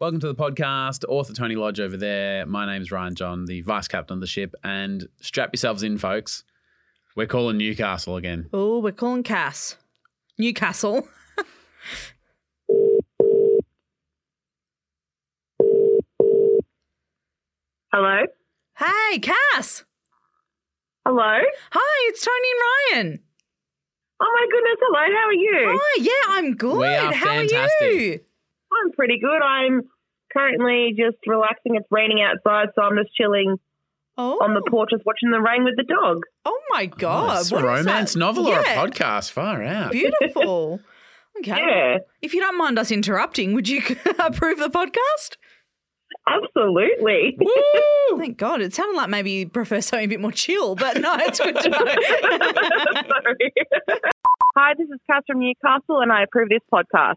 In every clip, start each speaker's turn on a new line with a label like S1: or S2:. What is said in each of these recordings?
S1: Welcome to the podcast. Author Tony Lodge over there. My name's Ryan John, the vice captain of the ship. And strap yourselves in, folks. We're calling Newcastle again.
S2: Oh, we're calling Cass. Newcastle.
S3: Hello?
S2: Hey, Cass.
S3: Hello?
S2: Hi, it's Tony and Ryan.
S3: Oh my goodness, hello, how are you?
S2: Hi, yeah, I'm good.
S1: We are
S2: How are you?
S1: fantastic.
S3: I'm pretty good. I'm currently just relaxing. It's raining outside, so I'm just chilling
S2: Oh,
S3: on the porch, just watching the rain with the dog.
S2: oh my
S1: Oh,
S2: God.
S1: it's
S2: what
S1: a
S2: is
S1: romance
S2: that?
S1: novel or a
S2: Yeah,
S1: podcast. Far out.
S2: Beautiful. Okay.
S3: Yeah,
S2: If you don't mind us interrupting, would you approve the podcast?
S3: absolutely.
S1: Woo!
S2: Thank God. It sounded like maybe you prefer something a bit more chill, but no, it's good to know.
S3: Sorry. Hi, this is Cass from Newcastle, and I approve this podcast.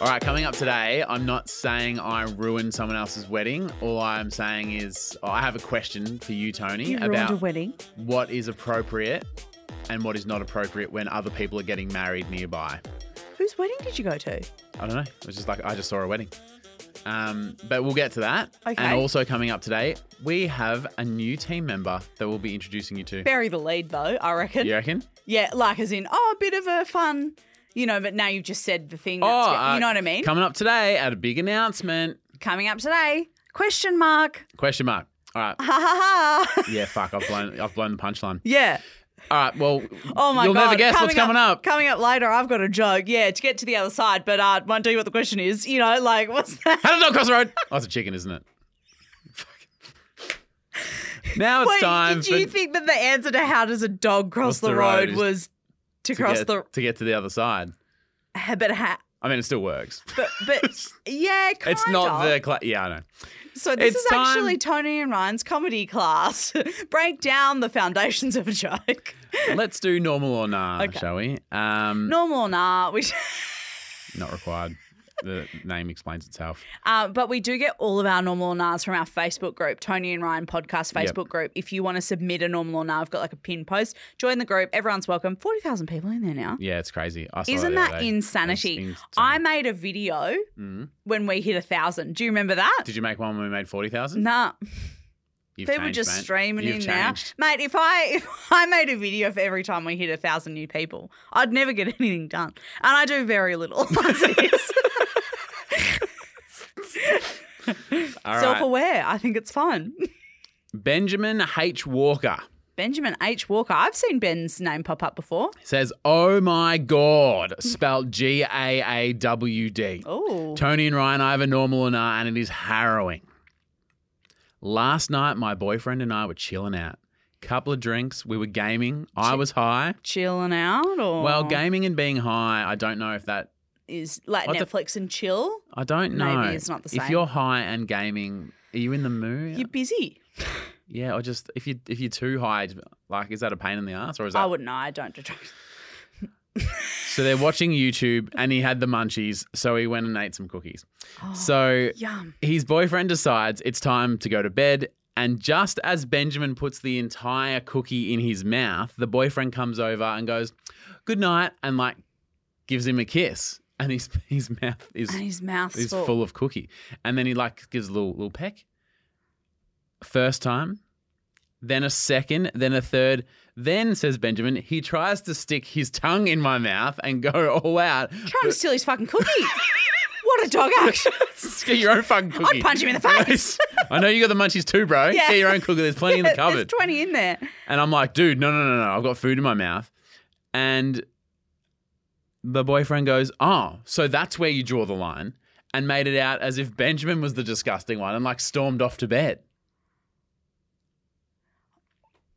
S1: All right, coming up today, I'm not saying I ruined someone else's wedding. All I'm saying is oh, I have a question for you, Tony,
S4: You ruined a
S1: about
S4: wedding.
S1: what is appropriate and what is not appropriate when other people are getting married nearby.
S2: Whose wedding did you go to?
S1: I don't know. It was just like I just saw a wedding. Um, but we'll get to that.
S2: Okay.
S1: And also coming up today, we have a new team member that we'll be introducing you to.
S2: Bury the lead, though, I reckon.
S1: You reckon?
S2: Yeah, like as in, oh, a bit of a fun, you know, but now you've just said the thing. That's
S1: uh,
S2: you know what I mean?
S1: Coming up today at a big announcement.
S2: Coming up today, question mark.
S1: Question mark. All right.
S2: Ha ha ha.
S1: Yeah, fuck. I've blown. I've blown the punchline.
S2: yeah.
S1: All right. Well.
S2: Oh my
S1: You'll
S2: god.
S1: never guess what's coming up.
S2: Coming up later, I've got a joke. Yeah, to get to the other side, but uh, won't tell you what the question is. You know, like what's that?
S1: How did dog cross the road? Oh, it's a chicken, isn't it? Fuck. Now it's
S2: Wait,
S1: time.
S2: did you
S1: for-
S2: think that the answer to how does a dog cross
S1: Cross
S2: the,
S1: the road
S2: road,
S1: is
S2: was to,
S1: to
S2: cross
S1: get,
S2: the
S1: to get to the other side?
S2: but ha,
S1: I mean, it still works.
S2: but but yeah, kind
S1: It's not the. Cla- yeah, I know.
S2: So this
S1: It's
S2: is actually Tony and Ryan's comedy class. Break down the foundations of a joke.
S1: Let's do normal or nah,
S2: Okay.
S1: shall we? Um,
S2: Normal or not, which
S1: Not required. The name explains itself.
S2: Uh, but we do get all of our normal or nahs from our Facebook group, Tony and Ryan Podcast Facebook group. If you want to submit a normal or nah, I've got like a pin post. Join the group. Everyone's welcome. 40,000 people in there now.
S1: Yeah, it's crazy. I saw
S2: Isn't
S1: the
S2: that,
S1: other day.
S2: insanity?
S1: That's insane.
S2: I made a video
S1: Mhm.
S2: when we hit a thousand. Do you remember that?
S1: Did you make one when we made forty thousand?
S2: Nah,
S1: You've
S2: people
S1: changed,
S2: just
S1: mate.
S2: streaming
S1: You've
S2: in
S1: changed.
S2: now, mate. If I if I made a video for every time we hit a thousand new people, I'd never get anything done, and I do very little. as it is.
S1: All right.
S2: Self-aware, I think it's fun.
S1: Benjamin H. Walker
S2: Benjamin H. Walker. I've seen Ben's name pop up before.
S1: says, "Oh my god," spelled G A A W D.
S2: Oh.
S1: Tony and Ryan, I have a normal and nah, and it is harrowing. Last night, my boyfriend and I were chilling out. Couple of drinks, we were gaming. I was high.
S2: Chilling out or
S1: Well, gaming and being high, I don't know if that
S2: is like
S1: What the f-
S2: Netflix and chill.
S1: I don't
S2: Maybe
S1: know.
S2: it's not the
S1: If
S2: same.
S1: you're high and gaming, are you in the mood?
S2: You're busy.
S1: yeah, or just if you if you're too high, like is that a pain in the ass or is
S2: I
S1: that?
S2: wouldn't know. I don't do drugs.
S1: So they're watching YouTube and he had the munchies, so he went and ate some cookies.
S2: Oh.
S1: so
S2: Yum.
S1: his boyfriend decides it's time to go to bed. And just as Benjamin puts the entire cookie in his mouth, the boyfriend comes over and goes, "Good night," and like gives him a kiss. And his his mouth is
S2: And his mouth's
S1: He's
S2: full.
S1: full of cookie. And then he like gives a little little peck. First time, then a second, then a third. Then says Benjamin, he tries to stick his tongue in my mouth and go all out.
S2: Trying to steal his fucking cookie. what a dog action.
S1: Get your own fucking cookie.
S2: I'd punch him in the face.
S1: I know you got the munchies too, bro.
S2: Yeah.
S1: Get your own cookie. There's plenty in the
S2: There's
S1: cupboard.
S2: 20 in there.
S1: And I'm like, dude, no, no, no, no. I've got food in my mouth. And the boyfriend goes, oh, so that's where you draw the line. And made it out as if Benjamin was the disgusting one and like stormed off to bed.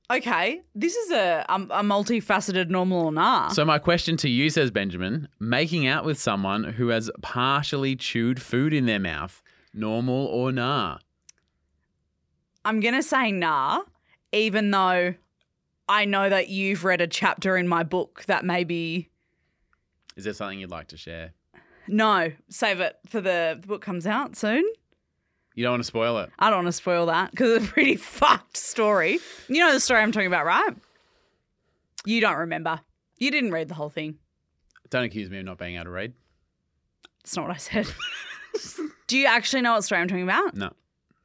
S2: Okay, this is a um, a multifaceted normal or nah.
S1: So, my question to you, says Benjamin making out with someone who has partially chewed food in their mouth, normal or nah?
S2: I'm gonna say nah, even though I know that you've read a chapter in my book that maybe
S1: Is there something you'd like to share?
S2: no, save it for the, the book comes out soon.
S1: You don't want to spoil it.
S2: I don't want to spoil that because it's a pretty fucked story. You know the story I'm talking about, right? You don't remember. You didn't read the whole thing.
S1: Don't accuse me of not being able to read.
S2: That's not what I said. Do you actually know what story I'm talking about?
S1: No.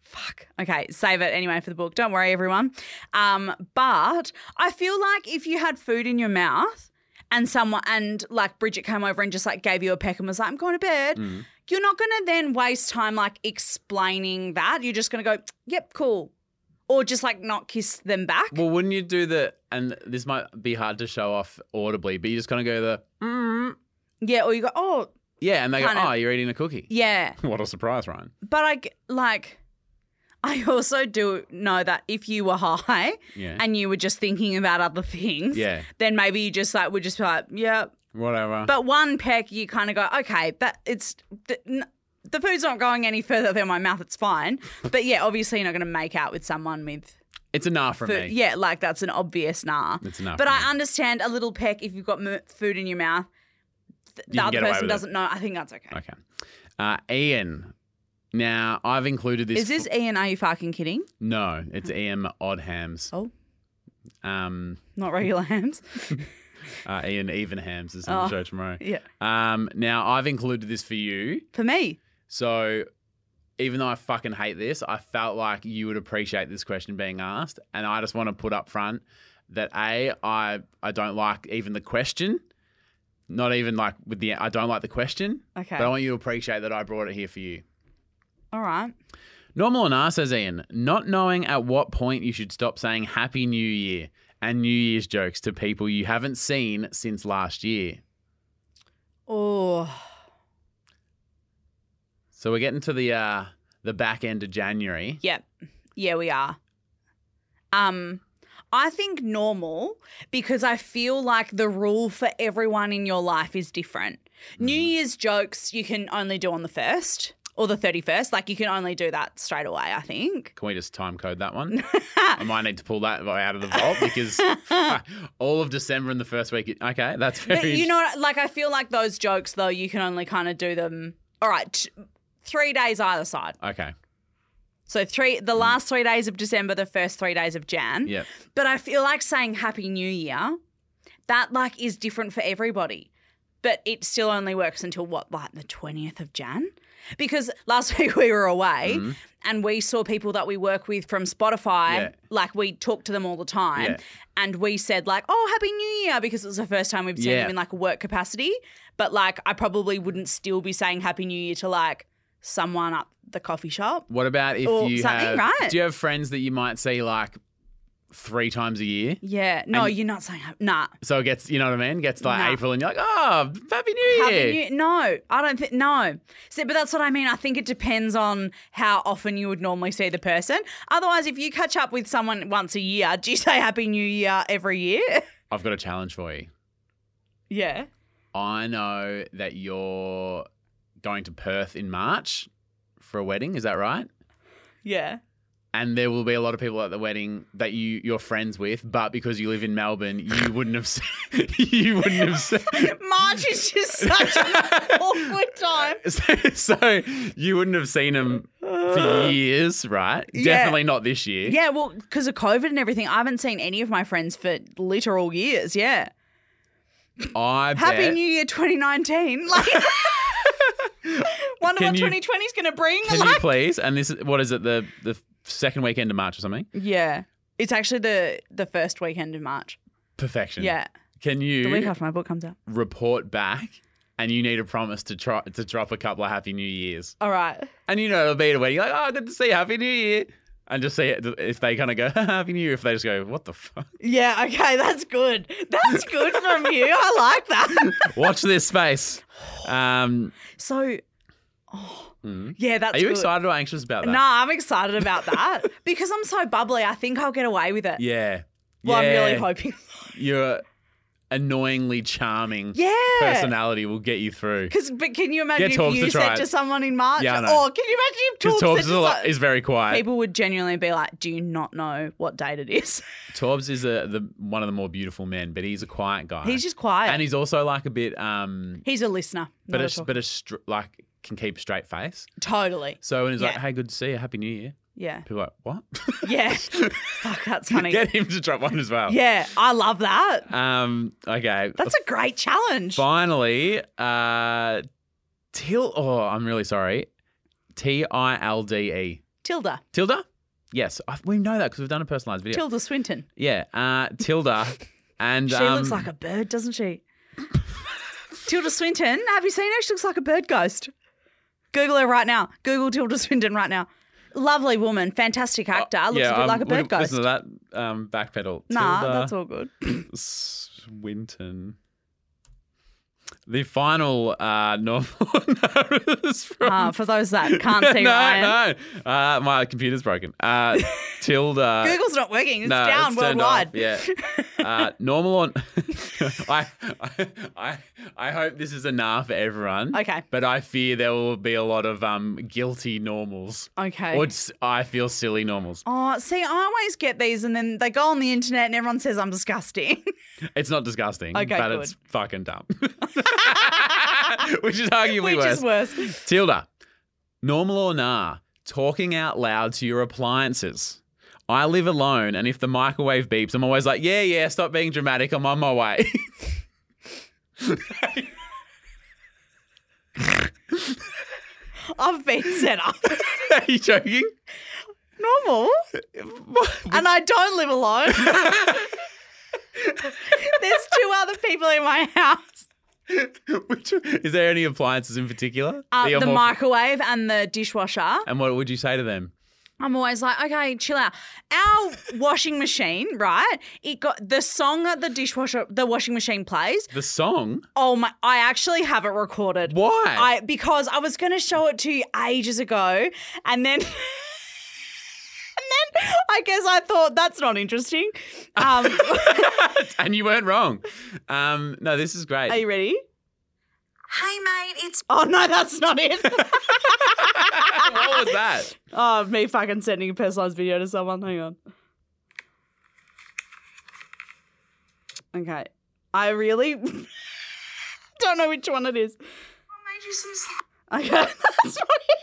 S2: Fuck. Okay, save it anyway for the book. Don't worry, everyone. Um, but I feel like if you had food in your mouth and someone and like Bridget came over and just like gave you a peck and was like, "I'm going to bed," you're not gonna then waste time like explaining that. You're just gonna go, "Yep, cool," or just like not kiss them back.
S1: Well, wouldn't you do the, and this might be hard to show off audibly, but you just kind of go the, mm.
S2: yeah, or you go, "Oh,
S1: yeah, and they go,
S2: Kinda.
S1: oh, you're eating a cookie.
S2: yeah."
S1: What a surprise, Ryan.
S2: But I g- like, I also do know that if you were high
S1: Yeah.
S2: and you were just thinking about other things,
S1: Yeah.
S2: then maybe you just like would just be like, yeah.
S1: Whatever.
S2: But one peck, you kind of go, okay, that it's the, n- the food's not going any further than my mouth. It's fine. But yeah, obviously you're not going to make out with someone with
S1: it's enough from
S2: food.
S1: me.
S2: Yeah, like that's an obvious nah.
S1: It's enough.
S2: But
S1: for
S2: I
S1: me.
S2: understand a little peck if you've got m- food in your mouth. th-
S1: You
S2: The
S1: can
S2: other
S1: get away
S2: person
S1: with it.
S2: doesn't know. I think that's okay.
S1: Okay. Uh, Ian. Now, I've included this.
S2: Is this Ian? Are you fucking kidding?
S1: No, it's Ian Oddhams.
S2: Oh.
S1: Um,
S2: Not regular hams.
S1: uh, Ian Evenhams is on the
S2: Oh.
S1: show tomorrow.
S2: yeah.
S1: Um, now, I've included this for you.
S2: For me.
S1: So even though I fucking hate this, I felt like you would appreciate this question being asked. And I just want to put up front that A, I I don't like even the question. Not even like with the I don't like the question.
S2: Okay.
S1: But I want you to appreciate that I brought it here for you.
S2: All right.
S1: Normal or nah, says Ian, not knowing at what point you should stop saying Happy New Year and New Year's jokes to people you haven't seen since last year.
S2: Oh,
S1: So we're getting to the uh the back end of January.
S2: yep. Yeah, we are. Um, I think normal because I feel like the rule for everyone in your life is different. New Year's jokes you can only do on the first or the 31st. Like you can only do that straight away, I think.
S1: Can we just time code that one? I might need to pull that out of the vault because all of December and the first week. Okay, that's very.
S2: But you know, what? like I feel like those jokes though, you can only kind of do them. All right, t- three days either side.
S1: Okay.
S2: So three, the last three days of December, the first three days of Jan.
S1: Yep.
S2: But I feel like saying Happy New Year, that like is different for everybody. But it still only works until what, like the 20th of Jan? Because last week we were away and we saw people that we work with from Spotify.
S1: Mm-hmm. Yeah.
S2: Like we talk to them all the time.
S1: Yeah.
S2: And we said, like, oh, Happy New Year, because it was the first time we've seen
S1: Yeah.
S2: them in like a work capacity. But like, I probably wouldn't still be saying Happy New Year to like someone at the coffee shop.
S1: What about if
S2: Or
S1: you
S2: Oh, something,
S1: have?
S2: right?
S1: Do you have friends that you might see like three times a year?
S2: Yeah. No,
S1: And-
S2: you're not saying Happy. Nah.
S1: So it gets, you know what I mean? Gets like
S2: Nah.
S1: April, and you're like, oh, happy New
S2: Happy
S1: Year.
S2: New- no, I don't think no. See, but that's what I mean. I think it depends on how often you would normally see the person. Otherwise, if you catch up with someone once a year, do you say Happy New Year every year?
S1: I've got a challenge for you.
S2: yeah.
S1: I know that you're going to Perth in March for a wedding. Is that right?
S2: Yeah.
S1: and there will be a lot of people at the wedding that you you're friends with, but because you live in Melbourne, you wouldn't have seen, you wouldn't have seen.
S2: March is just such an awkward time.
S1: So, so you wouldn't have seen them for years, right?
S2: Uh, Yeah.
S1: Definitely not this year.
S2: Yeah, well, because of COVID and everything, I haven't seen any of my friends for literal years. Yeah.
S1: I
S2: Happy
S1: bet.
S2: New Year 2019. Like, wonder
S1: Can
S2: what
S1: you-
S2: 2020 is going to bring.
S1: Can
S2: like,
S1: you please? And this is what is it the the second weekend of March or something?
S2: Yeah. It's actually the the first weekend in March.
S1: Perfection.
S2: Yeah.
S1: Can
S2: The week
S1: you
S2: after my book comes out.
S1: report back? And you need a promise to try to drop a couple of Happy New Years.
S2: All right.
S1: And you know it'll be the way you're like, oh, good to see you. Happy New Year. And just see it if they kind of go, Happy New Year. If they just go, what the fuck?
S2: Yeah, okay, that's good. That's good from you. I like that.
S1: Watch this space. Um,
S2: So
S1: mm.
S2: yeah, that's
S1: Are you
S2: good.
S1: excited or anxious about that?
S2: No, I'm excited about that. because I'm so bubbly, I think I'll get away with it.
S1: Yeah.
S2: Well, I'm really
S1: Yeah.
S2: hoping.
S1: Your annoyingly charming
S2: Yeah.
S1: personality will get you through.
S2: Because, but can you imagine
S1: Get
S2: if
S1: Torbs
S2: you
S1: to
S2: said
S1: try
S2: to
S1: it.
S2: someone in March,
S1: Yeah, I know.
S2: or can you imagine if
S1: Because
S2: Torbs
S1: Torbs
S2: said
S1: is,
S2: to
S1: a lot-
S2: some-
S1: is very quiet.
S2: people would genuinely be like, "Do you not know what date it is?"
S1: Torbs is a, the one of the more beautiful men, but he's a quiet guy.
S2: He's just quiet.
S1: and he's also like a bit, um,
S2: He's a listener,
S1: but a,
S2: not a
S1: s-
S2: talker.
S1: but a str- like can keep straight face.
S2: totally.
S1: So when he's like,
S2: Yeah.
S1: "Hey, good to see you. Happy New Year,"
S2: Yeah,
S1: people are like, "What?"
S2: yeah. Fuck, that's funny.
S1: Get him to drop one as well.
S2: Yeah, I love that.
S1: Um. Okay.
S2: That's a great challenge.
S1: Finally, uh, Til. Oh, I'm really sorry. T I L D E.
S2: Tilda,
S1: Tilda. Yes, I, we know that because we've done a personalized video.
S2: Tilda Swinton.
S1: yeah. Uh, Tilda. And
S2: She
S1: um,
S2: looks like a bird, doesn't she? Tilda Swinton. Have you seen her? She looks like a bird ghost. Google her right now. Google Tilda Swinton right now. Lovely woman, fantastic actor. looks
S1: yeah,
S2: a bit
S1: um,
S2: like a
S1: look
S2: bird
S1: at-
S2: ghost.
S1: Listen to that um, backpedal.
S2: Nah,
S1: Tilda
S2: that's all good.
S1: Swinton. The final uh, novel is from.
S2: Uh, for those that can't see
S1: no,
S2: Ryan.
S1: no. Uh, my computer's broken. Uh, Tilda.
S2: Google's not working. It's
S1: no,
S2: down
S1: it's turned
S2: worldwide.
S1: off, Yeah. Uh, normal on. I, I- I I hope this is enough for everyone.
S2: Okay.
S1: But I fear there will be a lot of um guilty normals.
S2: Okay.
S1: Or s- I feel silly normals.
S2: oh, see, I always get these, and then they go on the internet, and everyone says I'm disgusting.
S1: It's not disgusting,
S2: Okay,
S1: but
S2: good.
S1: it's fucking dumb. Which is arguably
S2: Which
S1: worse.
S2: is worse.
S1: Tilda, normal or nah, talking out loud to your appliances. I live alone, and if the microwave beeps, I'm always like, yeah, yeah, stop being dramatic. I'm on my way.
S2: I've been set up.
S1: Are you joking?
S2: Normal. and I don't live alone. There's two other people in my house.
S1: Which, is there any appliances in particular? that
S2: Uh,
S1: you're
S2: the
S1: more-
S2: microwave and the dishwasher.
S1: And what would you say to them?
S2: I'm always like, okay, chill out. Our washing machine, right? It got the song that the dishwasher, the washing machine plays.
S1: The song?
S2: Oh my! I actually have it recorded.
S1: Why?
S2: I because I was going to show it to you ages ago, and then. and then I guess I thought that's not interesting. Um,
S1: and you weren't wrong. Um, no, this is great.
S2: are you ready?
S4: Hey mate, it's
S2: Oh no, that's not it.
S1: what was that?
S2: oh, me fucking sending a personalized video to someone. Hang on. Okay, I really don't know which one it is.
S4: I made you some slime.
S2: Okay, that's not it.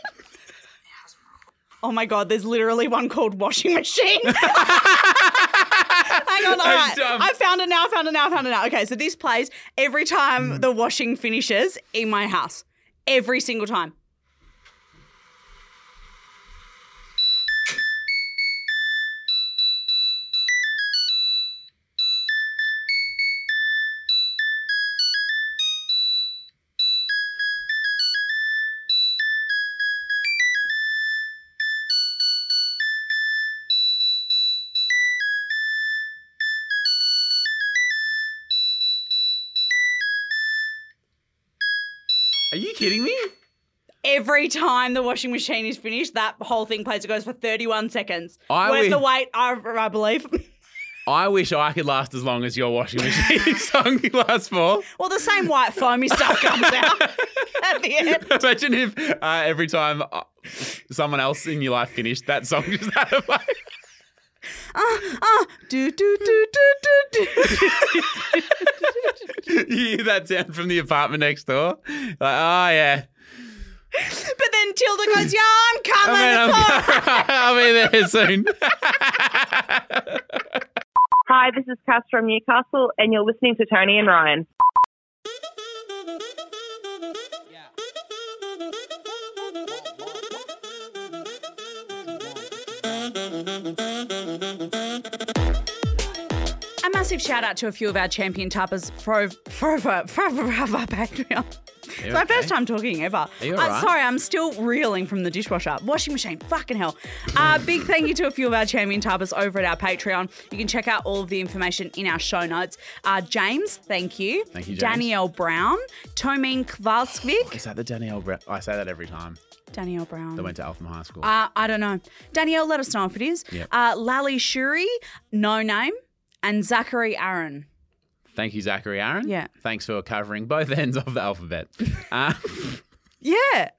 S2: Oh my god, there's literally one called washing machine. Hang on, all
S1: I'm
S2: right.
S1: dumb.
S2: I found it now, I found it now, I found it now. Okay, so this plays every time the washing finishes in my house. Every single time.
S1: Are you kidding me?
S2: Every time the washing machine is finished, that whole thing plays. It goes for 31 seconds.
S1: I
S2: Where's the
S1: wi-
S2: wait? I, I believe.
S1: I wish I could last as long as your washing machine song lasts for.
S2: well, the same white foamy stuff comes out at the end.
S1: Imagine if uh, every time uh, someone else in your life finished that song just had a play.
S2: Ah, do, do, do, do, do, do.
S1: You hear that sound from the apartment next door? Like, oh yeah.
S2: But then Tilda goes, "Yeah, I'm coming."
S1: I
S2: it's all
S1: will be there soon.
S3: Hi, this is Cass from Newcastle, and you're listening to Tony and Ryan.
S2: A massive shout out to a few of our champion tappers for for for for, for, for Patreon. It's my
S1: okay?
S2: first time talking ever.
S1: you
S2: Uh,
S1: alright?
S2: Sorry, I'm still reeling from the dishwasher, washing machine, fucking hell. Uh, big thank you to a few of our champion tappers over at our Patreon. You can check out all of the information in our show notes. Uh, James, thank you.
S1: Thank you, James.
S2: Danielle Brown, Tomin Kvalskvik.
S1: Is that the Danielle? Bre- I say that every time.
S2: Danielle Brown.
S1: That went to Alpham High School.
S2: Uh, I don't know. Danielle, let us know if it is.
S1: Yep.
S2: Uh, Lally Shuri, no name. and Zachary Aaron.
S1: Thank you, Zachary Aaron.
S2: Yeah.
S1: Thanks for covering both ends of the alphabet. Uh,
S2: Yeah,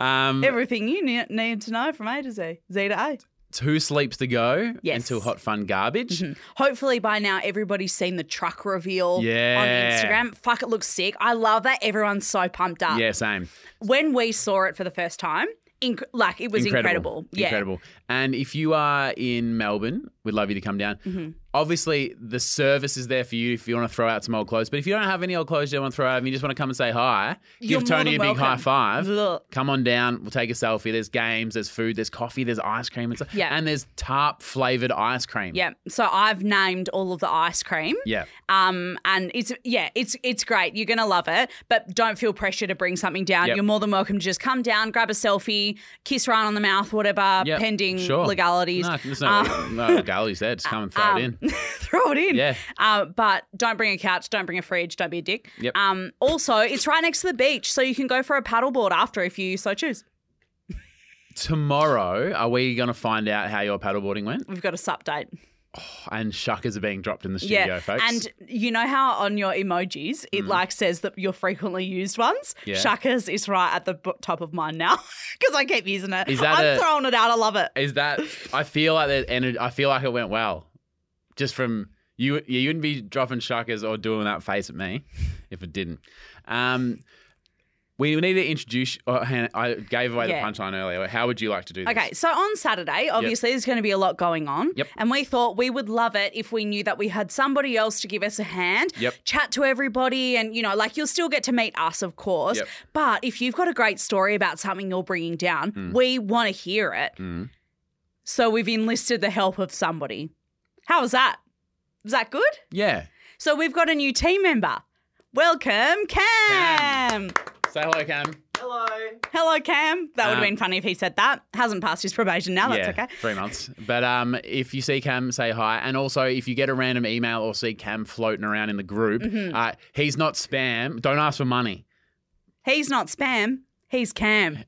S1: um,
S2: everything you ne- need to know from A to Z, Z to A.
S1: two sleeps to go
S2: Yes. Mm-hmm.
S1: until Hot Fun Garbage.
S2: Hopefully by now everybody's seen the truck reveal on
S1: Yeah.
S2: Instagram. Fuck, it looks sick. I love that. Everyone's so pumped up.
S1: Yeah, same.
S2: When we saw it for the first time, inc- like it was incredible. Yeah.
S1: Incredible. And if you are in Melbourne, we'd love you to come down.
S2: Mm-hmm.
S1: Obviously, the service is there for you if you want to throw out some old clothes. But if you don't have any old clothes you don't want to throw out and you just want to come and say hi,
S2: You're
S1: give
S2: more
S1: Tony a
S2: than
S1: big high
S2: welcome.
S1: five.
S2: Ugh.
S1: Come on down. We'll take a selfie. There's games, there's food, there's coffee, there's ice cream. And, stuff.
S2: Yeah.
S1: and there's tarp flavored ice cream.
S2: Yeah. So I've named all of the ice cream.
S1: Yeah.
S2: Um, and it's yeah, it's it's great. You're gonna love it, but don't feel pressure to bring something down.
S1: Yep.
S2: You're more than welcome to just come down, grab a selfie, kiss Ryan on the mouth, whatever,
S1: Yep,
S2: pending
S1: sure.
S2: legalities. Uh, um.
S1: No, there's no, no legalities there. Just come and throw it in.
S2: Throw it in.
S1: Yeah.
S2: Uh, but don't bring a couch, don't bring a fridge, don't be a dick.
S1: Yep.
S2: Um, also, it's right next to the beach, so you can go for a paddleboard after if you so choose.
S1: Tomorrow, are we going to find out how your paddleboarding went?
S2: We've got a sup date.
S1: And shuckers are being dropped in the studio, folks. Mm.
S2: And you know how on your emojis it like says that your frequently used ones?
S1: Yeah.
S2: Shuckers is right at the b- top of mine now because I keep using it.
S1: Is that
S2: I'm
S1: a-
S2: throwing it out. I love it.
S1: Is that I feel like that and I feel like it went well. Just from you you wouldn't be dropping shuckers or doing that face at me if it didn't. Um we need to introduce. Oh, Hannah, I gave away
S2: Yeah.
S1: the punchline earlier. How would you like to do this?
S2: Okay, so on Saturday, obviously, there's going to be a lot going on.
S1: Yep.
S2: And we thought we would love it if we knew that we had somebody else to give us a hand,
S1: Yep.
S2: chat to everybody, and, you know, like you'll still get to meet us, of course.
S1: Yep.
S2: But if you've got a great story about something you're bringing down,
S1: Hmm.
S2: we want to hear it.
S1: Mm.
S2: So we've enlisted the help of somebody. How was that? Was that good?
S1: Yeah.
S2: So we've got a new team member. Welcome, Cam.
S1: Say hello, Cam.
S2: Hello, Cam. That would have
S1: Um,
S2: been funny if he said that. Hasn't passed his probation now. Oh, That's
S1: yeah,
S2: okay.
S1: Three months. But um, if you see Cam, say hi. And also, if you get a random email or see Cam floating around in the group,
S2: Mm-hmm.
S1: uh, he's not spam. Don't ask for money.
S2: He's not spam. He's Cam.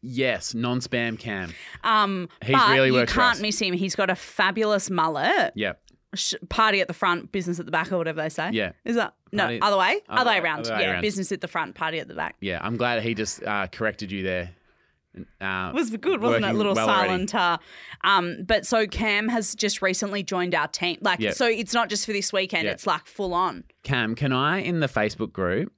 S1: Yes, non-spam Cam.
S2: Um,
S1: He's
S2: but
S1: really
S2: you
S1: worked for
S2: can't
S1: us.
S2: miss him. He's got a fabulous mullet.
S1: Yep.
S2: Sh- Party at the front, business at the back, or whatever they say.
S1: Yeah.
S2: Is that no
S1: Party-
S2: other way? Other,
S1: other-
S2: way around.
S1: other way
S2: yeah.
S1: around.
S2: Business at the front, party at the back.
S1: Yeah, I'm glad he just uh, corrected you there. Uh,
S2: It was good, wasn't it?
S1: working
S2: Little
S1: well already.
S2: silent. Uh, um, but so Cam has just recently joined our team. Like,
S1: Yeah.
S2: so it's not just for this weekend.
S1: Yeah.
S2: It's like full on.
S1: Cam, can I in the Facebook group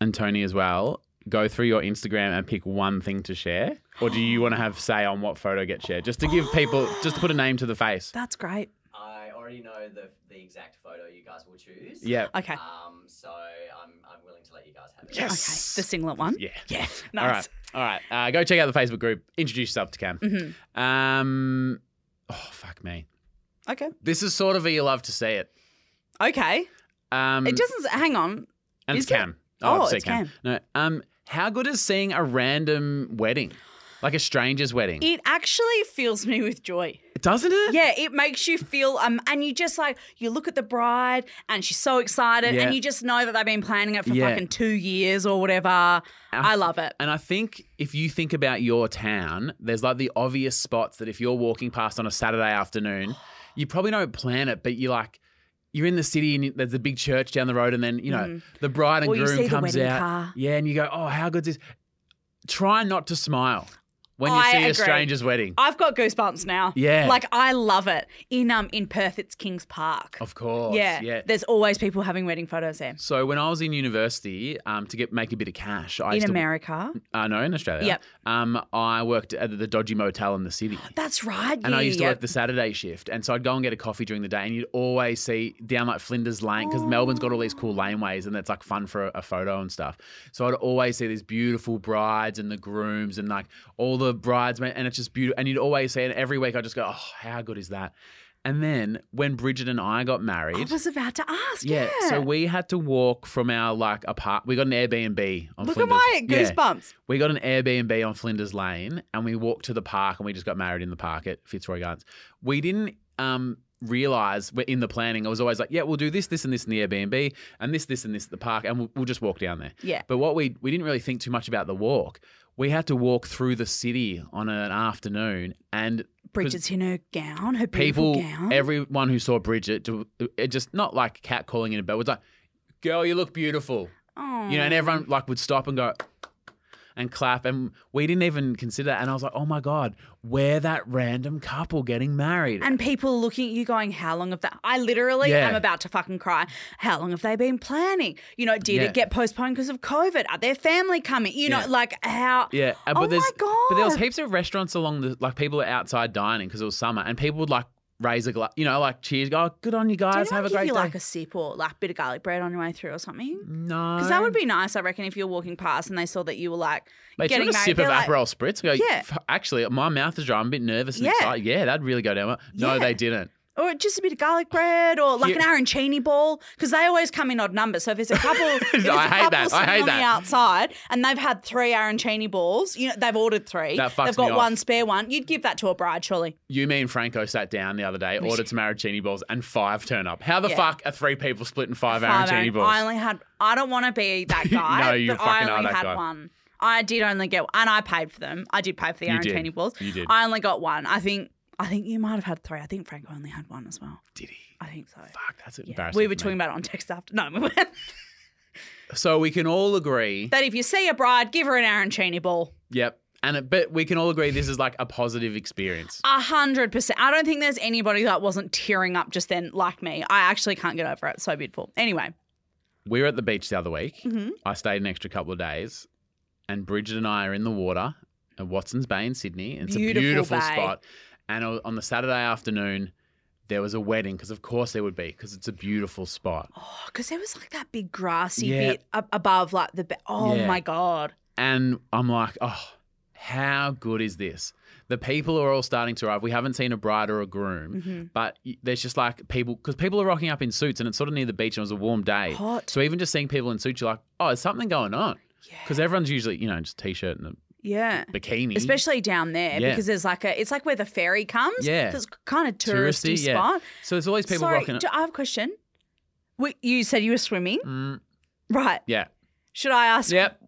S1: and Tony as well go through your Instagram and pick one thing to share, or do you want to have say on what photo gets shared, just to give people, just to put a name to the face?
S2: That's great.
S5: I already know the, the exact photo you guys will choose.
S1: Yeah.
S2: Okay.
S5: Um, so I'm, I'm willing to let you guys have it.
S2: Okay.
S1: Yes.
S2: The singlet one.
S1: Yeah.
S2: Yeah. Nice.
S1: All right. All right. Uh, go check out the Facebook group. Introduce yourself to Cam.
S2: Mm-hmm.
S1: Um. Oh fuck me.
S2: Okay.
S1: This is sort of a you love to see it.
S2: Okay.
S1: Um.
S2: It doesn't. s- Hang on.
S1: and
S2: is
S1: it's Cam.
S2: it?
S1: I'll
S2: Oh,
S1: say
S2: it's Cam.
S1: No. Um. How good is seeing a random wedding, like a stranger's wedding?
S2: It actually fills me with joy.
S1: Doesn't it?
S2: Yeah, it makes you feel um, and you just like you look at the bride and she's so excited,
S1: Yeah.
S2: and you just know that they've been planning it for
S1: Yeah.
S2: fucking two years or whatever. I, love it.
S1: And I think if you think about your town, there's like the obvious spots that if you're walking past on a Saturday afternoon, you probably don't plan it, but you're like, you're in the city and there's a big church down the road, and then, you know, the bride and
S2: Mm. Or you
S1: groom
S2: see the
S1: comes
S2: wedding
S1: out.
S2: car.
S1: Yeah, and you go, oh, how good's this? Try not to smile when you
S2: I
S1: see
S2: agree.
S1: a stranger's wedding.
S2: I've got goosebumps now.
S1: Yeah.
S2: like I love it. In um in Perth, it's Kings Park.
S1: of course.
S2: yeah,
S1: Yeah.
S2: There's always people having wedding photos there.
S1: So when I was in university, um, to get make a bit of cash, I
S2: In
S1: used to,
S2: America,
S1: uh, no, in Australia.
S2: Yep.
S1: Um, I worked at the dodgy motel in the city.
S2: that's right.
S1: And I
S2: yeah,
S1: used to
S2: yeah.
S1: work the Saturday shift. And so I'd go and get a coffee during the day, and you'd always see down like Flinders Lane, because Melbourne's got all these
S2: Oh.
S1: cool laneways, and that's like fun for a, a photo and stuff. So I'd always see these beautiful brides and the grooms and like all the bridesmaids, and it's just beautiful. And you'd always see it. And every week I'd just go, oh, how good is that? And then when Bridget and I got
S2: I
S1: married,
S2: was about to ask.
S1: yeah,
S2: Yeah.
S1: so we had to walk from our like apart. We got an Airbnb on
S2: look at
S1: Flinders.
S2: my
S1: Yeah.
S2: goosebumps.
S1: We got an Airbnb on Flinders Lane and we walked to the park and we just got married in the park at Fitzroy Gardens. We didn't um, realize we're in the planning. I was always like, yeah, we'll do this, this, and this in the Airbnb and this, this, and this at the park and we'll, we'll just walk down there.
S2: Yeah.
S1: But what we, we didn't really think too much about the walk. We had to walk through the city on an afternoon and
S2: Bridget's in her gown, her beautiful
S1: people,
S2: gown.
S1: everyone who saw Bridget, do- it just not like cat calling in a bed, was like, "Girl, you look beautiful,"
S2: Aw.
S1: you know, and everyone like would stop and go and clap, and we didn't even consider that. And I was like, "Oh my god, we're that random couple getting married."
S2: And people looking at you going, How long have that? I literally
S1: Yeah.
S2: am about to fucking cry. How long have they been planning? You know, did
S1: Yeah.
S2: it get postponed because of COVID? Are their family coming? You know,
S1: Yeah.
S2: like how.
S1: yeah, uh,
S2: Oh
S1: but there's
S2: my God.
S1: but there was heaps of restaurants along the like people are outside dining because it was summer, and people would like raise a glass, you know, like cheers, go, "Oh, "Good on you
S2: Do you
S1: guys,
S2: know,
S1: have a
S2: give
S1: great
S2: you
S1: day."
S2: like a sip or like bit of garlic bread on your way through or something?
S1: no,
S2: Because that would be nice, I reckon, if you were walking past and they saw that you were like
S1: Mate,
S2: getting
S1: do you want
S2: married.
S1: a sip of
S2: They're like,
S1: Aperol Spritz? Go,
S2: Yeah.
S1: "F- actually, my mouth is dry. I'm a bit nervous and
S2: Yeah.
S1: excited. Yeah, that'd really go down well. No,
S2: Yeah.
S1: they didn't.
S2: or just a bit of garlic bread or like
S1: Yeah.
S2: an arancini ball because they always come in odd numbers. So if there's a couple, if there's a
S1: I hate
S2: couple
S1: that. I
S2: sitting
S1: hate
S2: on
S1: that.
S2: the outside and they've had three arancini balls, you know they've ordered three.
S1: That fucks
S2: they've
S1: me
S2: got
S1: off.
S2: one spare one. You'd give that to a bride, surely.
S1: You, me, and Franco sat down the other day,
S2: We
S1: ordered some arancini balls, and five turn up. How the
S2: Yeah.
S1: fuck are three people splitting five,
S2: Five
S1: arancini
S2: aran-
S1: balls?
S2: I only had. I don't want to be that guy.
S1: No, you
S2: but
S1: fucking
S2: I
S1: are
S2: only
S1: that
S2: had
S1: guy.
S2: one. I did only get, and I paid for them. I did pay for the
S1: You did.
S2: arancini balls.
S1: You did.
S2: I only got one. I think. I think you might have had three. I think Franco only had one as well.
S1: Did he?
S2: I think so.
S1: Fuck, that's
S2: Yeah.
S1: embarrassing.
S2: We were
S1: for
S2: talking
S1: me.
S2: about it on text after. No, we weren't.
S1: So we can all agree.
S2: that if you see a bride, give her an arancini ball.
S1: yep. And it, but we can all agree this is like a positive experience.
S2: A hundred percent. I don't think there's anybody that wasn't tearing up just then, like me. I actually can't get over it. So beautiful. Anyway,
S1: We were at the beach the other week.
S2: Mhm.
S1: I stayed an extra couple of days, and Bridget and I are in the water at Watson's Bay in Sydney. It's
S2: Beautiful
S1: a beautiful
S2: bay.
S1: spot. And o- on the Saturday afternoon, there was a wedding because, of course, there would be because it's a beautiful spot.
S2: oh, because there was like that big grassy
S1: Yeah.
S2: bit up above, like the. Be- oh
S1: Yeah.
S2: my god.
S1: And I'm like, oh, how good is this? The people are all starting to arrive. We haven't seen a bride or a groom,
S2: Mm-hmm.
S1: but y- there's just like people because people are rocking up in suits, and it's sort of near the beach, and it was a warm day.
S2: Hot.
S1: So even just seeing people in suits, you're like, oh, there's something going on. Because everyone's usually, you know, just t-shirt and
S2: Yeah.
S1: a bikini.
S2: Especially down there
S1: Yeah.
S2: because there's like a. It's like where the ferry comes.
S1: Yeah.
S2: So It's kind of touristy,
S1: yeah.
S2: spot.
S1: So there's all these people
S2: Sorry,
S1: rocking it.
S2: do- I have a question. Wait, You said you were swimming,
S1: Mm,
S2: right?
S1: yeah.
S2: Should I ask?
S1: Yep.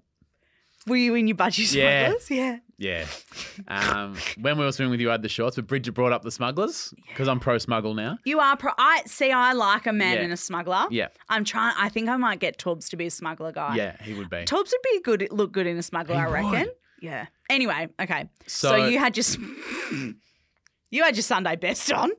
S2: Were you in your budgie
S1: Yeah.
S2: smugglers? Yeah.
S1: Yeah. Um, when we were swimming with you, I had the shorts, but Bridget brought up the smugglers because I'm pro smuggle now.
S2: You are pro. I see. I like a man
S1: Yeah.
S2: and a smuggler.
S1: Yeah.
S2: I'm trying. I think I might get Torbs to be a smuggler guy.
S1: Yeah, he would be.
S2: Torbs would be good. Look good in a smuggler.
S1: He
S2: I reckon.
S1: would.
S2: Yeah. Anyway. Okay. So,
S1: So-
S2: you had your. s- You had your Sunday best on.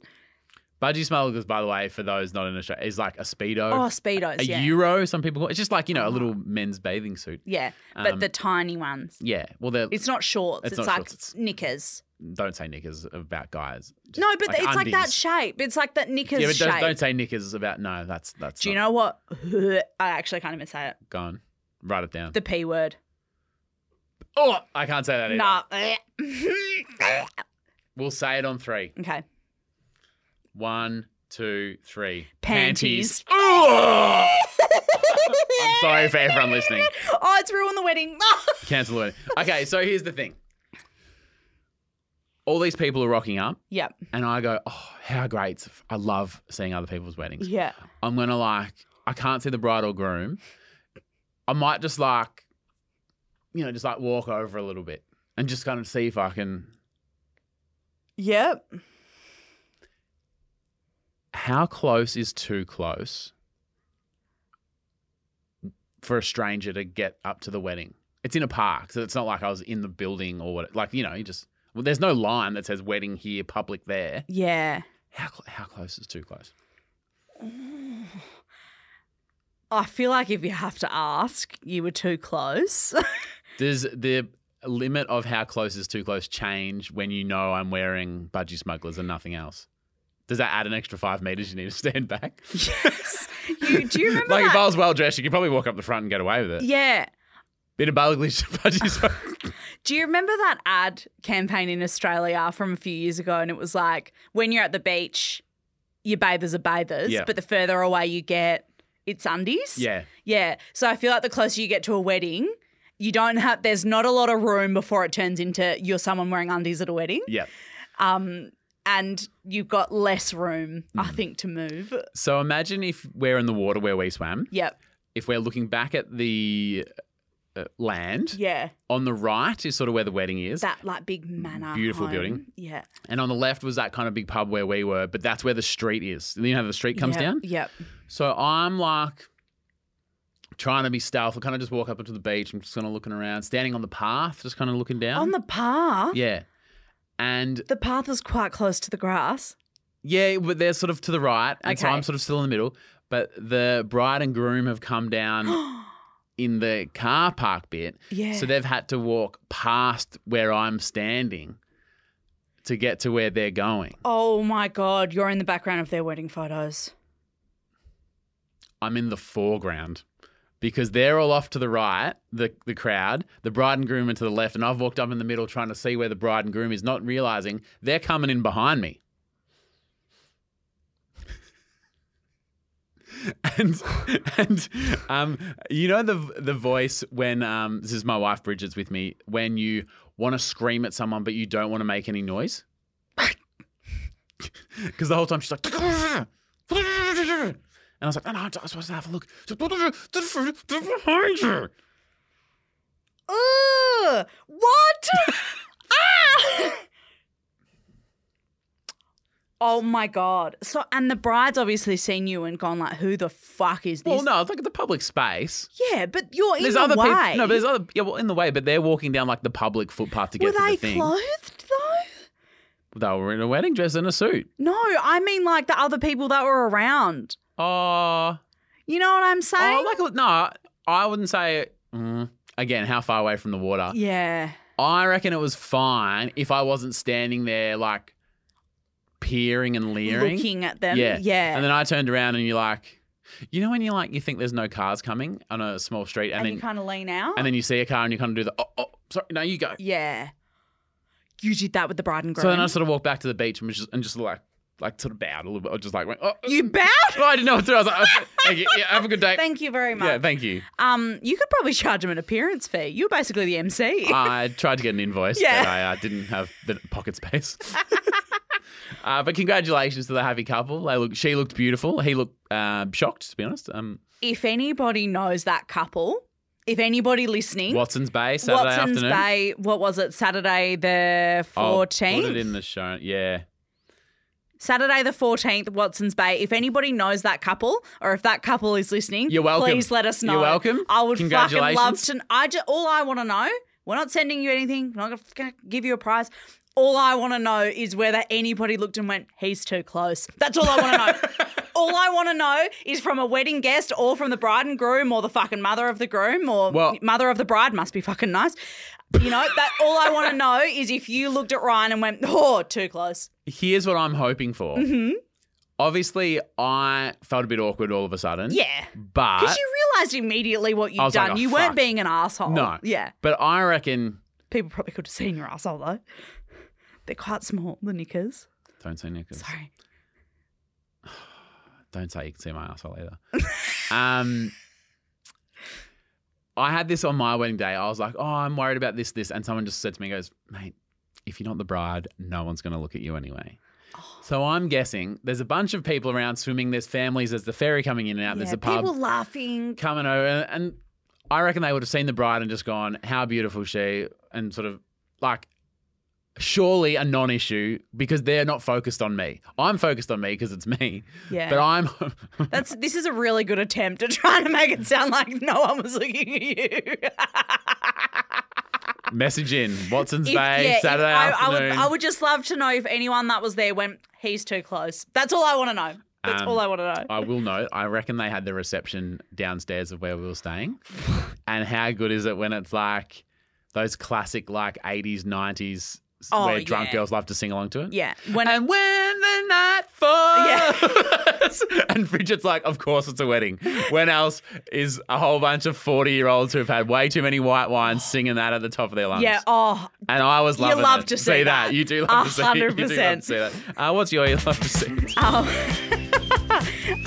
S1: Budgie smugglers, by the way, for those not in Australia, is like a speedo,
S2: Oh, speedos.
S1: a
S2: yeah. Uh-huh.
S1: euro. Some people call it's just like you know a little men's bathing suit.
S2: yeah, but
S1: Um,
S2: the tiny ones.
S1: Yeah. Well, they're
S2: It's not shorts.
S1: It's
S2: It's,
S1: not
S2: like
S1: shorts, it's-
S2: knickers.
S1: don't say knickers about guys. Just
S2: No, but it's like that
S1: undies.
S2: shape. It's like that knickers
S1: yeah, but
S2: shape.
S1: don't, don't say knickers about no. That's that's.
S2: Do you
S1: not
S2: know what? I actually can't even say it.
S1: Gone. Write it down.
S2: The p word.
S1: oh, I can't say that either.
S2: Nah.
S1: We'll say it on three.
S2: okay.
S1: One, two, three.
S2: Panties.
S1: Ugh! I'm sorry for everyone listening.
S2: Oh, it's ruined the wedding.
S1: Cancel the wedding. Okay, so here's the thing. All these people are rocking up,
S2: yep.
S1: and I go, oh, how great. I love seeing other people's weddings.
S2: Yeah.
S1: I'm going to like, I can't see the bride or groom. I might just like, you know, just like walk over a little bit and just kind of see if I can.
S2: Yep.
S1: How close is too close for a stranger to get up to the wedding? It's in a park, so it's not like I was in the building or what. Like you know, you just well, there's no line that says wedding here, public there.
S2: Yeah.
S1: How cl- how close is too close?
S2: I feel like if you have to ask, you were too close.
S1: Does the limit of how close is too close change when you know I'm wearing budgie smugglers and nothing else? Does that add an extra five meters you need to stand back?
S2: yes. You, do you remember
S1: like if I
S2: that?
S1: was well dressed, you could probably walk up the front and get away with it.
S2: Yeah.
S1: Bit of budgie budgie smugglers.
S2: Do you remember that ad campaign in Australia from a few years ago? And it was like, when you're at the beach, your bathers are bathers,
S1: Yeah.
S2: but the further away you get, it's undies.
S1: yeah.
S2: Yeah. So I feel like the closer you get to a wedding, you don't have, there's not a lot of room before it turns into you're someone wearing undies at a wedding.
S1: Yeah.
S2: Um, and you've got less room,
S1: Mm.
S2: I think, to move.
S1: So imagine if we're in the water where we swam,
S2: Yep.
S1: if we're looking back at the uh, land.
S2: Yeah.
S1: On the right is sort of where the wedding is.
S2: That like big manor.
S1: Beautiful
S2: home.
S1: building.
S2: Yeah.
S1: and on the left was that kind of big pub where we were, but that's where the street is. You know how the street comes
S2: Yep,
S1: down?
S2: Yep.
S1: So I'm like trying to be stealthful, kind of just walk up to the beach. I'm just kind of looking around, standing on the path, just kind of looking down.
S2: On the path.
S1: yeah. And
S2: The path was quite close to the grass.
S1: yeah, but they're sort of to the right. And so
S2: Okay.
S1: I'm sort of still in the middle. But the bride and groom have come down in the car park bit.
S2: yeah.
S1: So they've had to walk past where I'm standing to get to where they're going.
S2: oh my god, you're in the background of their wedding photos.
S1: I'm in the foreground because they're all off to the right, the, the crowd, the bride and groom are to the left, and I've walked up in the middle trying to see where the bride and groom is, not realizing they're coming in behind me. and and um, you know the the voice when um, this is my wife Bridget's with me when you want to scream at someone but you don't want to make any noise because the whole time she's like and I was like no no I was supposed to have a look they're behind you
S2: Ugh! What? ah! Oh my god. So and the bride's obviously seen you and gone like, who the fuck is this?
S1: well no look at the public space
S2: Yeah, but you're in
S1: there's
S2: the
S1: other
S2: way.
S1: people no but there's other yeah well in the way but they're walking down like the public footpath to get
S2: Were
S1: to
S2: they
S1: the thing
S2: clothed though?
S1: they were in a wedding dress and a suit
S2: No, I mean like the other people that were around.
S1: oh
S2: You know what I'm saying?
S1: Oh, like a- no, I wouldn't say. Mm, again, how far away from the water?
S2: yeah.
S1: I reckon it was fine if I wasn't standing there like peering and leering.
S2: Looking at them.
S1: yeah,
S2: Yeah.
S1: And then I turned around and you're like, you know, when you like you think there's no cars coming on a small street, and,
S2: And
S1: then
S2: you kind of lean out.
S1: and then you see a car and you kind of do the oh, oh sorry, no, you go.
S2: yeah. You did that with the bride and groom.
S1: So then I sort of walked back to the beach and was just and just like like sort of bowed a little bit, or just like went, oh.
S2: you bowed.
S1: oh, I didn't know what to do. I was like, oh, thank you. Yeah, have a good day.
S2: Thank you very much.
S1: yeah, thank you.
S2: um, you could probably charge them an appearance fee. You're basically the MC.
S1: I tried to get an invoice,
S2: Yeah.
S1: but I uh, didn't have the pocket space. uh, but congratulations to the happy couple. They look, she looked beautiful. He looked uh, shocked, to be honest. Um,
S2: if anybody knows that couple, if anybody listening,
S1: Watson's Bay Saturday
S2: Watson's
S1: afternoon.
S2: Bay, what was it? Saturday the
S1: I'll
S2: 14th.
S1: put it in the show. Yeah,
S2: Saturday the 14th, Watson's Bay. If anybody knows that couple or if that couple is listening,
S1: You're welcome.
S2: please let us know.
S1: You're welcome.
S2: I would fucking love
S1: Congratulations.
S2: to I just, all I want to know, we're not sending you anything, we're not going to give you a prize. All I want to know is whether anybody looked and went, he's too close. That's all I want to know. all I want to know is from a wedding guest or from the bride and groom or the fucking mother of the groom or
S1: Well-
S2: mother of the bride must be fucking nice. You know, that all I want to know is if you looked at Ryan and went, oh, too close.
S1: here's what I'm hoping for.
S2: Mm-hmm.
S1: Obviously, I felt a bit awkward all of a sudden.
S2: Yeah.
S1: but
S2: Because you realised immediately what
S1: I
S2: you'd
S1: was like,
S2: done.
S1: "Oh,
S2: you
S1: fuck."
S2: weren't being an asshole.
S1: No.
S2: Yeah.
S1: but I reckon
S2: People probably could have seen your asshole though. They're quite small, the knickers.
S1: don't say Nicholas.
S2: Sorry.
S1: Don't say you can see my asshole either. um, I had this on my wedding day. I was like, oh, I'm worried about this, this. And someone just said to me, goes, mate, if you're not the bride, no one's going to look at you anyway.
S2: Oh.
S1: So I'm guessing there's a bunch of people around swimming. There's families. There's the ferry coming in and out. there's
S2: Yeah,
S1: a pub
S2: People laughing.
S1: coming over. And, and I reckon they would have seen the bride and just gone, how beautiful she, and sort of like, surely a non issue because they're not focused on me. I'm focused on me because it's me.
S2: Yeah.
S1: But I'm.
S2: That's this is a really good attempt at trying to make it sound like no one was looking at you.
S1: Message in Watson's
S2: If-
S1: Bay
S2: yeah, if-
S1: Saturday
S2: I, I would
S1: afternoon.
S2: I would just love to know if anyone that was there went, he's too close. That's all I want to know. That's
S1: Um,
S2: all I want to know.
S1: I will note. I reckon they had the reception downstairs of where we were staying. and how good is it when it's like those classic like eighties, nineties
S2: Oh,
S1: where drunk
S2: yeah.
S1: girls love to sing along to it.
S2: yeah. When
S1: And when the night falls, and Bridget's like, "Of course, it's a wedding. When else is a whole bunch of forty-year-olds who have had way too many white wines singing that at the top of their lungs?"
S2: yeah, oh
S1: And I was
S2: You
S1: loving
S2: love
S1: it.
S2: to
S1: see
S2: see
S1: that.
S2: that.
S1: You do love
S2: A
S1: to see
S2: hundred
S1: You do love to
S2: percent.
S1: see that. Uh, what's your you love to see?
S2: Um,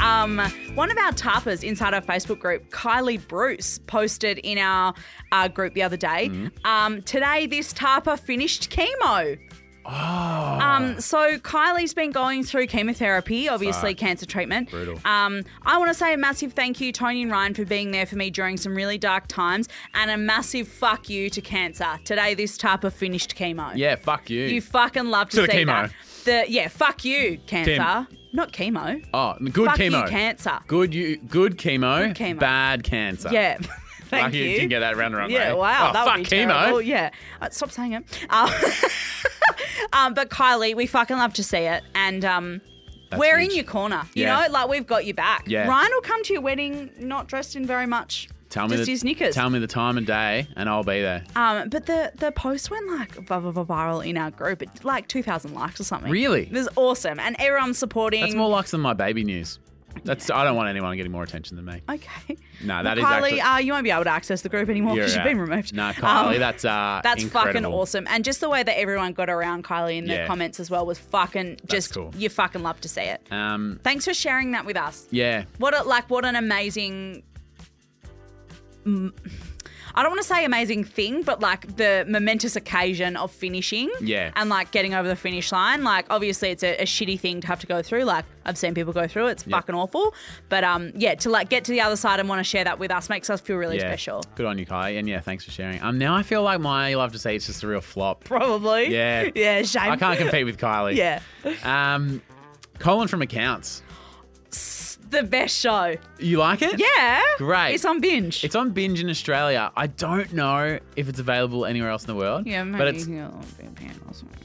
S2: um, one of our tarpers inside our Facebook group, Kylie Bruce, posted in
S1: Mm-hmm.
S2: our uh, group the other day. Um, today, this tarper finished chemo.
S1: Oh.
S2: Um, so Kylie's been going through chemotherapy, obviously cancer treatment.
S1: Brutal.
S2: Um, I want to say a massive thank you, Tony and Ryan, for being there for me during some really dark times, and a massive fuck you to cancer. Today, this type of finished chemo.
S1: yeah, fuck you.
S2: You fucking love to,
S1: To the
S2: see
S1: chemo.
S2: that. The yeah, fuck you, cancer.
S1: Chem-
S2: Not chemo.
S1: oh, good
S2: fuck
S1: chemo.
S2: you, cancer.
S1: Good you. Good chemo.
S2: Good chemo.
S1: Bad cancer.
S2: Yeah. Thank
S1: Lucky you. didn't get that round around.
S2: Yeah,
S1: mate.
S2: wow,
S1: Oh,
S2: that
S1: fuck
S2: would be
S1: chemo.
S2: terrible. Yeah, Uh, stop saying it. Um, um, but Kylie, we fucking love to see it, and um,
S1: That's
S2: we're
S1: huge.
S2: in your corner. You
S1: Yeah.
S2: know, like we've got your back.
S1: Yeah.
S2: Ryan will come to your wedding not dressed in very much.
S1: Tell me
S2: just
S1: the,
S2: his knickers.
S1: Tell me the time and day, and I'll be there.
S2: Um, but the the post went like v- v- v- viral in our group. It like two thousand likes or something.
S1: Really?
S2: it was awesome, and everyone's supporting.
S1: That's more likes than my baby news. That's. I don't want anyone getting more attention than me.
S2: Okay.
S1: No, that
S2: Well,
S1: is
S2: Kylie,
S1: actually-
S2: uh, you won't be able to access the group anymore
S1: You're
S2: because you've
S1: out.
S2: been removed.
S1: No, Kylie,
S2: Um,
S1: that's uh,
S2: That's fucking
S1: incredible.
S2: awesome. And just the way that everyone got around Kylie in the
S1: Yeah.
S2: comments as well was fucking just
S1: cool.
S2: you fucking love to see it.
S1: Um,
S2: Thanks for sharing that with us.
S1: yeah,
S2: What a, like what an amazing mm, I don't want to say amazing thing, but like the momentous occasion of finishing
S1: Yeah.
S2: and like getting over the finish line. Like obviously it's a, a shitty thing to have to go through. Like I've seen people go through it. It's fucking awful. But um yeah, to like get to the other side and want to share that with us makes us feel really
S1: yeah.
S2: special.
S1: Good on you, Kylie, and yeah, thanks for sharing. Um, now I feel like my love to see it's just a real flop.
S2: Probably.
S1: Yeah.
S2: Yeah, shame.
S1: I can't compete with Kylie.
S2: Yeah.
S1: Um, Colin from accounts.
S2: The best show.
S1: You like it?
S2: Yeah.
S1: Great.
S2: It's on binge.
S1: It's on binge in Australia. I don't know if it's available anywhere else in the world.
S2: yeah, maybe
S1: but it's Oh.
S2: you know, VPN or something.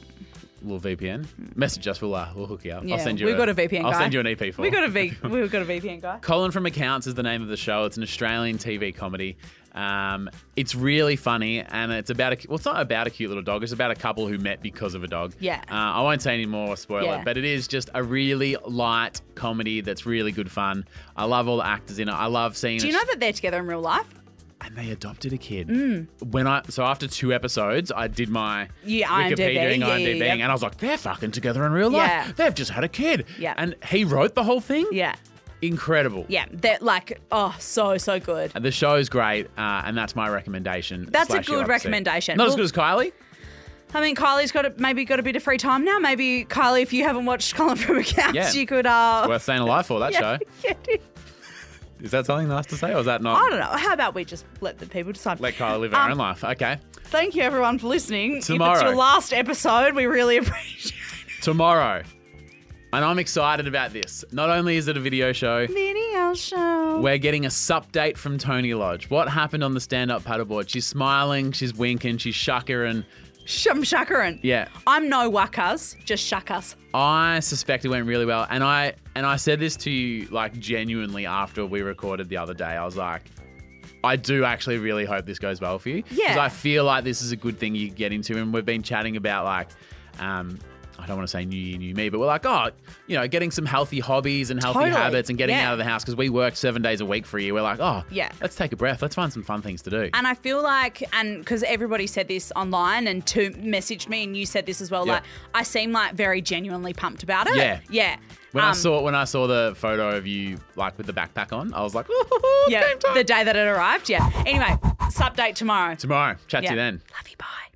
S1: little VPN. Message us. We'll uh, we'll hook you up.
S2: Yeah,
S1: I'll send you.
S2: we've
S1: a,
S2: got a VPN
S1: I'll
S2: guy.
S1: send you an E EP4.
S2: We got a V we got a VPN guy.
S1: Colin from Accounts is the name of the show. It's an Australian TV comedy. Um, it's really funny, and it's about a well, it's not about a cute little dog. It's about a couple who met because of a dog.
S2: Yeah.
S1: Uh, I won't say any more spoiler,
S2: Yeah.
S1: but it is just a really light comedy that's really good fun. I love all the actors in it. I love seeing.
S2: Do you know that they're together in real life?
S1: and they adopted a kid.
S2: Mm.
S1: When I so after two episodes, I did my
S2: Yeah,
S1: Wikipedia
S2: IMDb, yeah,
S1: IMDb,
S2: yeah,
S1: and
S2: yeah.
S1: I was like, they're fucking together in real life.
S2: Yeah.
S1: They've just had a kid.
S2: Yeah.
S1: and he wrote the whole thing.
S2: Yeah.
S1: incredible.
S2: Yeah. They're like, oh, so, so good.
S1: The show's great, uh, and that's my recommendation.
S2: That's a
S1: slash you
S2: good
S1: like to see.
S2: recommendation.
S1: Not as
S2: Well-
S1: good as Kylie.
S2: I mean, Kylie's got a, maybe got a bit of free time now. Maybe Kylie, if you haven't watched Colin from Accounts,
S1: Yeah.
S2: you could uh
S1: Worth staying alive for that
S2: yeah,
S1: show.
S2: yeah, dude.
S1: Is that something nice to say, or is that not?
S2: I don't know. How about we just let the people decide?
S1: Let Kylie live her
S2: Um,
S1: own life. Okay.
S2: Thank you everyone for listening. If it's
S1: Tomorrow.
S2: your last episode, we really appreciate
S1: Tomorrow, and I'm excited about this. Not only is it a video show,
S2: the video show.
S1: We're getting a sup date from Tony Lodge. What happened on the stand up paddleboard? She's smiling, she's winking, she's shuckering.
S2: Sh- I'm shuckering.
S1: Yeah.
S2: I'm no wackers, just shuckers.
S1: I suspect it went really well. And I and I said this to you like genuinely after we recorded the other day. I was like, I do actually really hope this goes well for you. Because
S2: Yeah.
S1: I feel like this is a good thing you can get into. And we've been chatting about like, um, I don't want to say new year, new me, but we're like, oh, you know, getting some healthy hobbies and healthy
S2: Totally.
S1: habits and getting
S2: Yeah.
S1: out of the house because we worked seven days a week for a year. We're like, oh,
S2: Yeah.
S1: let's take a breath. Let's find some fun things to do.
S2: And I feel like, and because everybody said this online and two messaged me, and you said this as well,
S1: Yeah.
S2: like, I seem like very genuinely pumped about it.
S1: Yeah.
S2: Yeah.
S1: When I
S2: Um,
S1: saw when I saw the photo of you like with the backpack on, I was like, "Ooh, it's
S2: yeah,
S1: game time."
S2: the day that it arrived. Yeah. Anyway, it's update tomorrow.
S1: Tomorrow, chat to
S2: Yeah.
S1: you then.
S2: Love you. Bye.